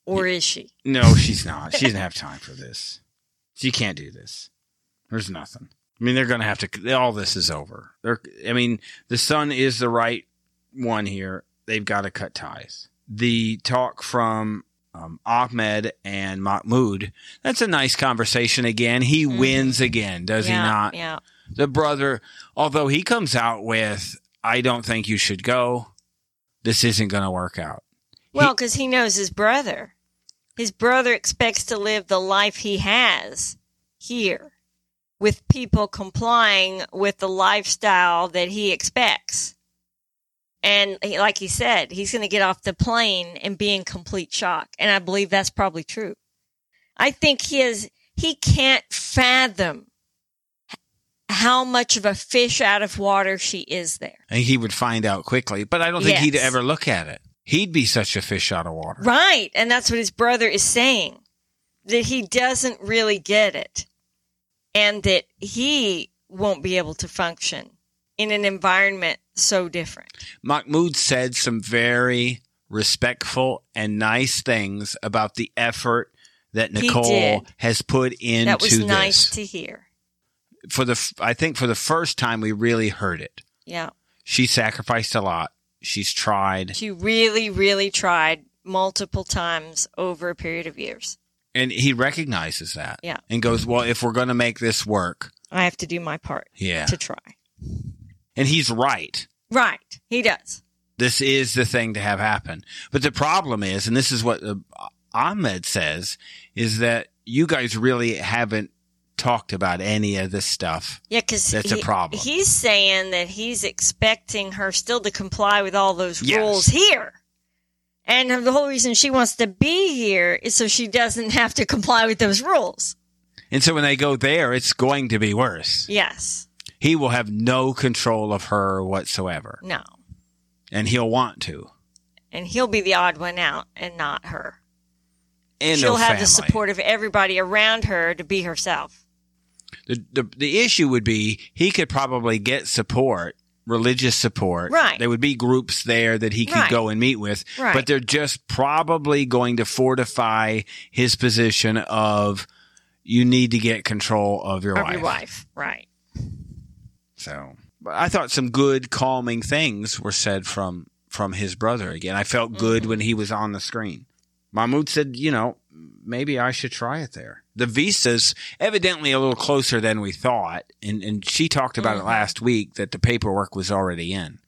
S1: Or is she?
S2: No, she's not. She doesn't have time for this. She can't do this. There's nothing. I mean, they're going to have to. All this is over. They're. I mean, the son is the right one here. They've got to cut ties. The talk from um, Ahmed and Mahmoud. That's a nice conversation again. He
S1: Mhm.
S2: wins again, does
S1: yeah,
S2: he not?
S1: Yeah.
S2: The brother, although he comes out with, "I don't think you should go. This isn't going to work out."
S1: Well, because he knows his brother. His brother expects to live the life he has here with people complying with the lifestyle that he expects. And he- like he said, he's going to get off the plane and be in complete shock. And I believe that's probably true. I think he is, he can't fathom h- how much of a fish out of water she is there.
S2: and he would find out quickly. But I don't think he'd
S1: Yes.
S2: ever look at it. He'd be such a fish out of water.
S1: Right. And that's what his brother is saying that he doesn't really get it and that he won't be able to function in an environment so different.
S2: Mahmoud said some very respectful and nice things about the effort that
S1: He
S2: Nicole
S1: did.
S2: has put into
S1: that was
S2: this.
S1: nice to hear.
S2: for the, f- I think for the first time we really heard it.
S1: Yeah.
S2: She sacrificed a lot. She's tried,
S1: She really, really tried multiple times over a period of years.
S2: and he recognizes that.
S1: Yeah.
S2: and goes, "Well, if we're going to make this work,
S1: I have to do my part
S2: yeah."
S1: to try.
S2: And he's right.
S1: Right. He does.
S2: this is the thing to have happen. But the problem is, and this is what uh, Ahmed says, is that you guys really haven't talked about any of this stuff.
S1: Yeah, because
S2: That's a problem.
S1: He's saying that he's expecting her still to comply with all those
S2: Yes.
S1: rules here, and the whole reason she wants to be here is so she doesn't have to comply with those rules.
S2: And so when they go there, it's going to be worse.
S1: Yes,
S2: He will have no control of her whatsoever,
S1: no,
S2: and he'll want to.
S1: and he'll be the odd one out, and not her.
S2: And
S1: She'll
S2: no
S1: have the
S2: family.
S1: support of everybody around her to be herself.
S2: The, the the issue would be he could probably get support, religious support.
S1: Right.
S2: There would be groups there that he could
S1: Right.
S2: go and meet with.
S1: Right.
S2: But they're just probably going to fortify his position of you need to get control of your
S1: Or
S2: wife.
S1: your wife, right?
S2: So but I thought some good calming things were said from from his brother again. I felt good when he was on the screen. Mahmoud said, you know, maybe I should try it there. The visa's evidently a little closer than we thought. And, and she talked about it last week that the paperwork was already in.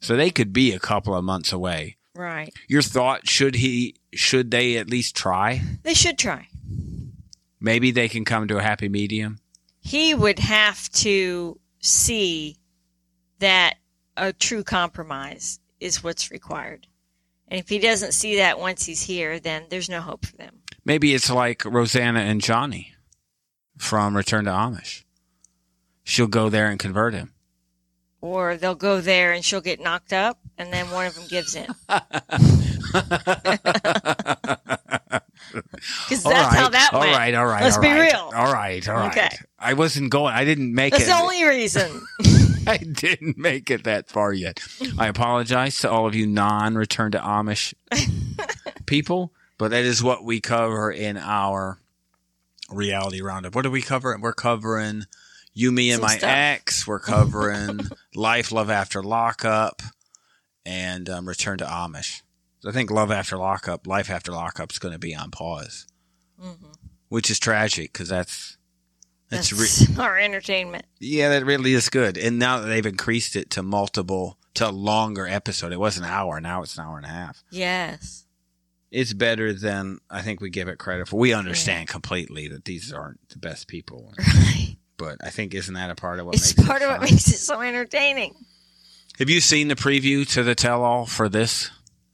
S2: So they could be a couple of months away.
S1: Right.
S2: Your thought should he should they at least try?
S1: They should try.
S2: Maybe they can come to a happy medium.
S1: He would have to see that a true compromise is what's required. And if he doesn't see that once he's here, then there's no hope for them.
S2: Maybe it's like Rosanna and Johnny from Return to Amish. She'll go there and convert him.
S1: Or they'll go there and she'll get knocked up, and then one of them gives in. Because that's
S2: All right,
S1: how that
S2: all
S1: went.
S2: right, all right.
S1: Let's
S2: all
S1: be
S2: right.
S1: real.
S2: All right, all right.
S1: Okay.
S2: I wasn't going. I didn't make
S1: That's
S2: it.
S1: the only reason.
S2: I didn't make it that far yet. I apologize to all of you non-return to Amish people, but that is what we cover in our reality roundup. What do we cover? We're covering you, me, and
S1: Some
S2: my
S1: stuff.
S2: ex. We're covering life, love after lockup, and um, return to Amish. So I think love after lockup, life after lockup is going to be on pause,
S1: Mhm.
S2: which is tragic because that's that's, re-
S1: That's our entertainment.
S2: yeah, that really is good. And now that they've increased it to multiple, to a longer episode, it was an hour. Now it's an hour and a half.
S1: Yes.
S2: It's better than I think we give it credit for. We understand completely that these aren't the best people,
S1: Right.
S2: but I think isn't that a part of what
S1: It's
S2: makes
S1: part
S2: it
S1: of what
S2: fun?
S1: makes it so entertaining.
S2: Have you seen the preview to the tell-all for this?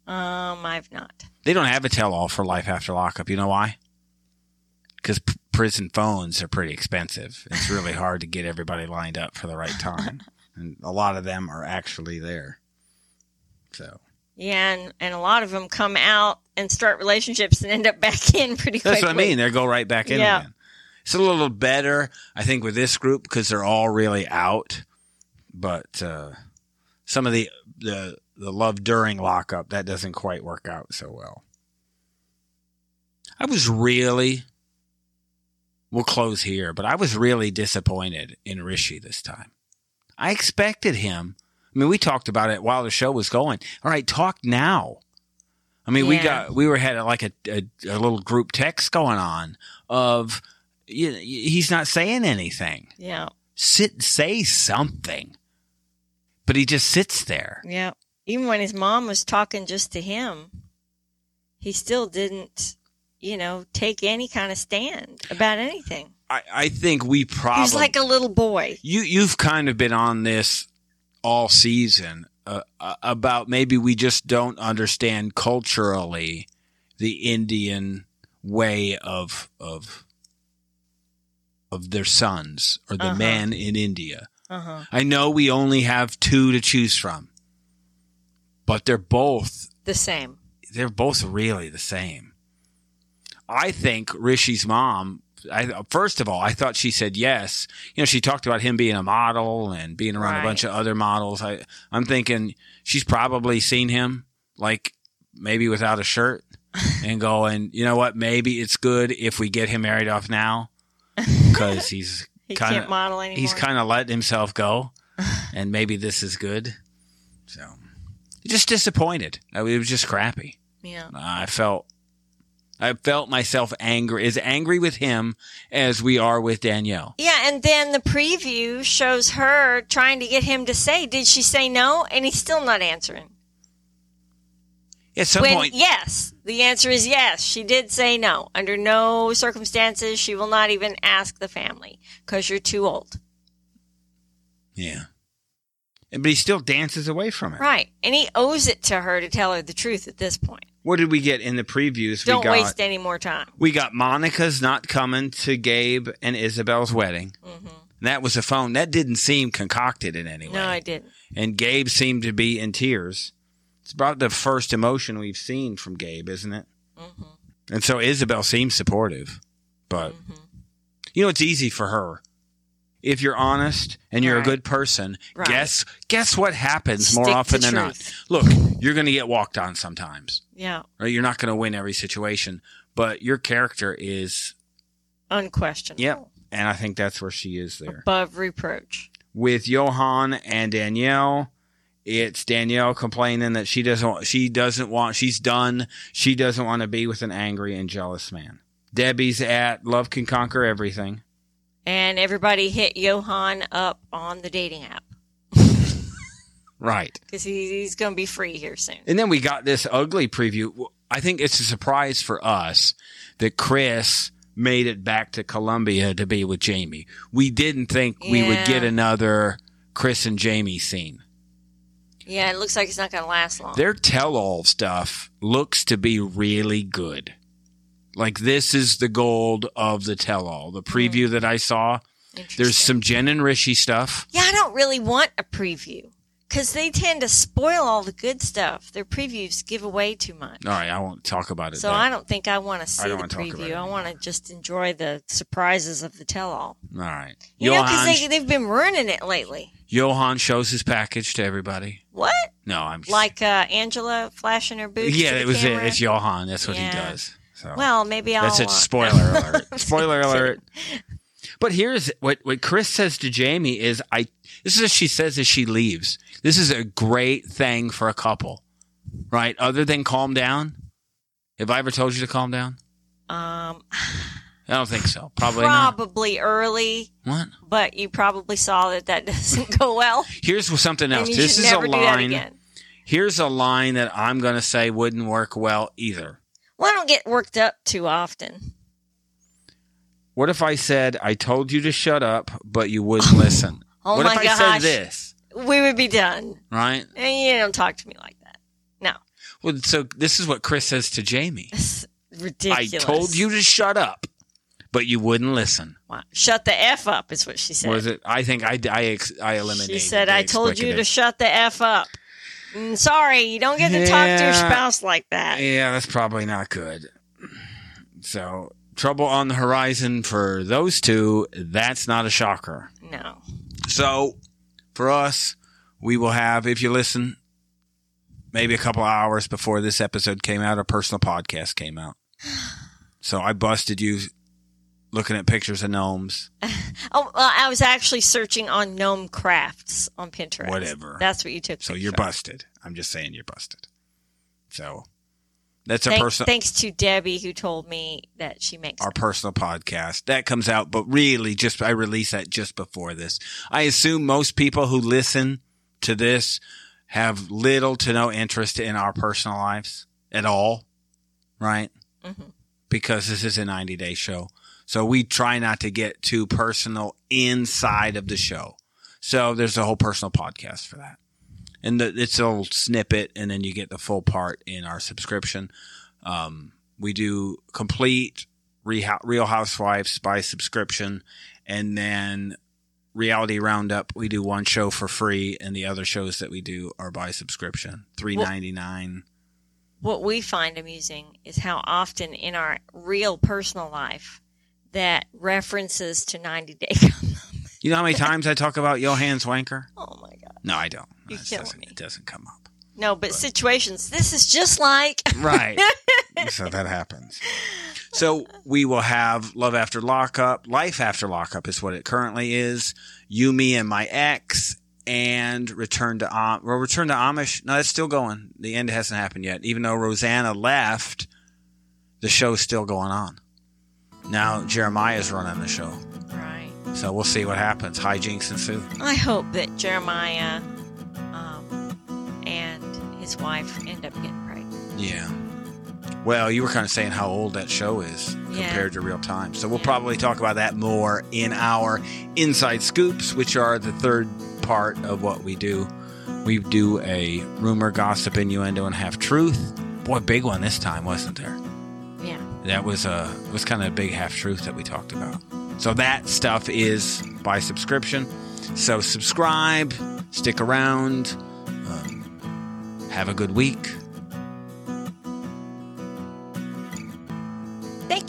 S1: Um, I've not.
S2: They don't have a tell-all for Life After Lockup. You know why? Because p- prison phones are pretty expensive. It's really hard to get everybody lined up for the right time, and a lot of them are actually there. So.
S1: Yeah, and, and a lot of them come out and start relationships and end up back in pretty quickly.
S2: That's what I mean. They go right back in
S1: Yeah.
S2: again. It's a little better, I think, with this group because they're all really out. But uh, some of the, the the love during lockup that doesn't quite work out so well. I was really. We'll close here, but I was really disappointed in Rishi this time. I expected him. I mean, we talked about it while the show was going. All right, talk now. I mean, we
S1: Yeah.
S2: got we were had like a, a a little group text going on of you know, he's not saying anything.
S1: Yeah,
S2: Sit say something. But he just sits there.
S1: yeah. Even when his mom was talking just to him, he still didn't, you know, take any kind of stand about anything.
S2: I, I think we probably
S1: He's like a little boy.
S2: you you've kind of been on this all season uh, uh, about maybe we just don't understand culturally the Indian way of of of their sons or the
S1: Uh-huh.
S2: man in India.
S1: Uh huh.
S2: I know we only have two to choose from, but they're both
S1: The same.
S2: they're both really the same. I think Rishi's mom. I, first of all, I thought she said yes. You know, she talked about him being a model and being around a
S1: Right.
S2: bunch of other models. I, I'm thinking she's probably seen him, like maybe without a shirt, and going, you know what? Maybe it's good if we get him married off now because he's
S1: He
S2: Kinda-
S1: can't model anymore.
S2: he's kind of let himself go, and maybe this is good. So, just disappointed. I mean, it was just crappy.
S1: yeah.
S2: I felt, I felt myself angry, as angry with him as we are with Danielle.
S1: Yeah, and then the preview shows her trying to get him to say, "Did she say no?" And he's still not answering.
S2: At some
S1: when
S2: point,
S1: yes, the answer is yes. She did say no. Under no circumstances, she will not even ask the family because you're too old,
S2: yeah. And- But he still dances away from it.
S1: right? And he owes it to her to tell her the truth at this point.
S2: What did we get in the previews?
S1: Don't
S2: we got,
S1: waste any more time.
S2: We got Monica's not coming to Gabe and Isabel's wedding. That was a phone. That didn't seem concocted in any way.
S1: Mm-hmm. No, I didn't.
S2: and Gabe seemed to be in tears. It's about the first emotion we've seen from Gabe, isn't it?
S1: Mm-hmm.
S2: And so Isabel seems supportive, but you know it's easy for her. If you're honest and you're
S1: Right.
S2: a good person,
S1: Right.
S2: guess guess what happens more
S1: Stick to
S2: often than
S1: truth.
S2: not. Look, you're going to get walked on sometimes.
S1: Yeah,
S2: Right? You're not going to win every situation, but your character is
S1: unquestionable.
S2: yep. And I think that's where she is there
S1: above reproach.
S2: with Johan and Danielle. It's Danielle complaining that she doesn't she doesn't want she's done. She doesn't want to be with an angry and jealous man. Debbie's at Love Can Conquer Everything.
S1: And everybody hit Johan up on the dating app
S2: Right.
S1: because he's going to be free here soon.
S2: And then we got this ugly preview. I think it's a surprise for us that Chris made it back to Columbia to be with Jamie. We didn't think we would
S1: Yeah.
S2: get another Chris and Jamie scene.
S1: Yeah, it looks like it's not going to last long.
S2: Their tell all stuff looks to be really good. Like this is the gold of the tell all. The preview that I saw, there's
S1: Hmm. Interesting.
S2: some Jen and Rishi stuff.
S1: Yeah, I don't really want a preview because they tend to spoil all the good stuff. Their previews give away too much.
S2: All right, I won't talk about it.
S1: So
S2: though.
S1: I don't think I want to see
S2: don't
S1: the
S2: wanna talk about it
S1: preview. I want to just enjoy the surprises of the tell-all.
S2: all right.
S1: You know, 'cause
S2: Johan,
S1: they, they've been ruining it lately.
S2: Johan shows his package to everybody.
S1: What?
S2: No, I'm
S1: Like uh, Angela flashing her boobs.
S2: Yeah,
S1: to the
S2: it was
S1: camera?
S2: it. It's Johan. That's what he
S1: Yeah.
S2: does. So
S1: Well, maybe I'll.
S2: that's
S1: uh,
S2: a spoiler alert. Spoiler alert. But here's what what Chris says to Jamie is I this is what she says as she leaves. This is a great thing for a couple. Right? Other than calm down. Have I ever told you to calm down?
S1: um,
S2: I don't think so. Probably not.
S1: probably early,
S2: What?
S1: but you probably saw that that doesn't go well.
S2: Here's something
S1: and
S2: else.
S1: you
S2: This
S1: should
S2: is a
S1: never do that
S2: line.
S1: again.
S2: Here's a line that I'm going to say wouldn't work well either.
S1: Well, I don't get worked up too often.
S2: What if I said I told you to shut up, but you wouldn't listen?
S1: Oh
S2: what
S1: my
S2: if I said
S1: gosh.
S2: this?
S1: We would be done.
S2: right?
S1: And you don't talk to me like that. No,
S2: Well, so this is what Chris says to Jamie.
S1: it's ridiculous.
S2: I told you to shut up, but you wouldn't listen.
S1: Wow. Shut the f up is what she said.
S2: Was it? I think I I ex, I eliminated.
S1: She said,
S2: the
S1: "I told you to
S2: explicative.
S1: shut the f up." Mm, sorry, you don't get to talk to your
S2: Yeah.
S1: spouse like that.
S2: yeah, that's probably not good. So trouble on the horizon for those two. That's not a shocker.
S1: No.
S2: So for us, we will have if you listen. Maybe a couple hours before this episode came out, a personal podcast came out. So I busted you looking at pictures of gnomes.
S1: Oh, well, I was actually searching on gnome crafts on Pinterest.
S2: Whatever.
S1: That's what you took.
S2: So
S1: pictures
S2: you're
S1: of.
S2: busted. I'm just saying you're busted. So that's a
S1: Thank-
S2: personal
S1: Thanks to Debbie who told me that she makes.
S2: our personal podcast that comes out, but really just I release that just before this. I assume most people who listen to this have little to no interest in our personal lives at all, right?
S1: Mhm.
S2: Because this is a 90 day show. So we try not to get too personal inside of the show. So there's a whole personal podcast for that. And the, it's a little snippet, and then you get the full part in our subscription. Um, we do complete Reha- Real Housewives by subscription, and then Reality Roundup. We do one show for free, and the other shows that we do are by subscription, three ninety nine.
S1: What we find amusing is how often in our real personal life that references to 90 Day come.
S2: You know how many times I talk about Johann's wanker?
S1: Oh my god.
S2: No, I don't.
S1: You're
S2: It
S1: killing
S2: doesn't,
S1: me.
S2: it doesn't come up.
S1: No, but situations. This is just like
S2: Right. so that happens. So we will have Love After Lockup, Life After Lockup is what it currently is. You, Me, and My Ex, and Return to Am. Well, Return to Amish. No, that's still going. The end hasn't happened yet. Even though Rosanna left, the show's still going on. Now Jeremiah's running the show,
S1: right.
S2: so we'll see what happens. Hijinks ensue.
S1: I hope that Jeremiah um, and his wife end up getting pregnant.
S2: Yeah. Well, you were kind of saying how old that show is
S1: Yeah.
S2: compared to real time. So we'll
S1: Yeah.
S2: probably talk about that more in our Inside Scoops, which are the third part of what we do. We do a rumor, gossip, innuendo, and half truth. Boy, big one this time, wasn't there?
S1: Yeah.
S2: That was a it was kind of a big half truth that we talked about. So that stuff is by subscription. So subscribe, stick around, um, have a good week.
S1: Thank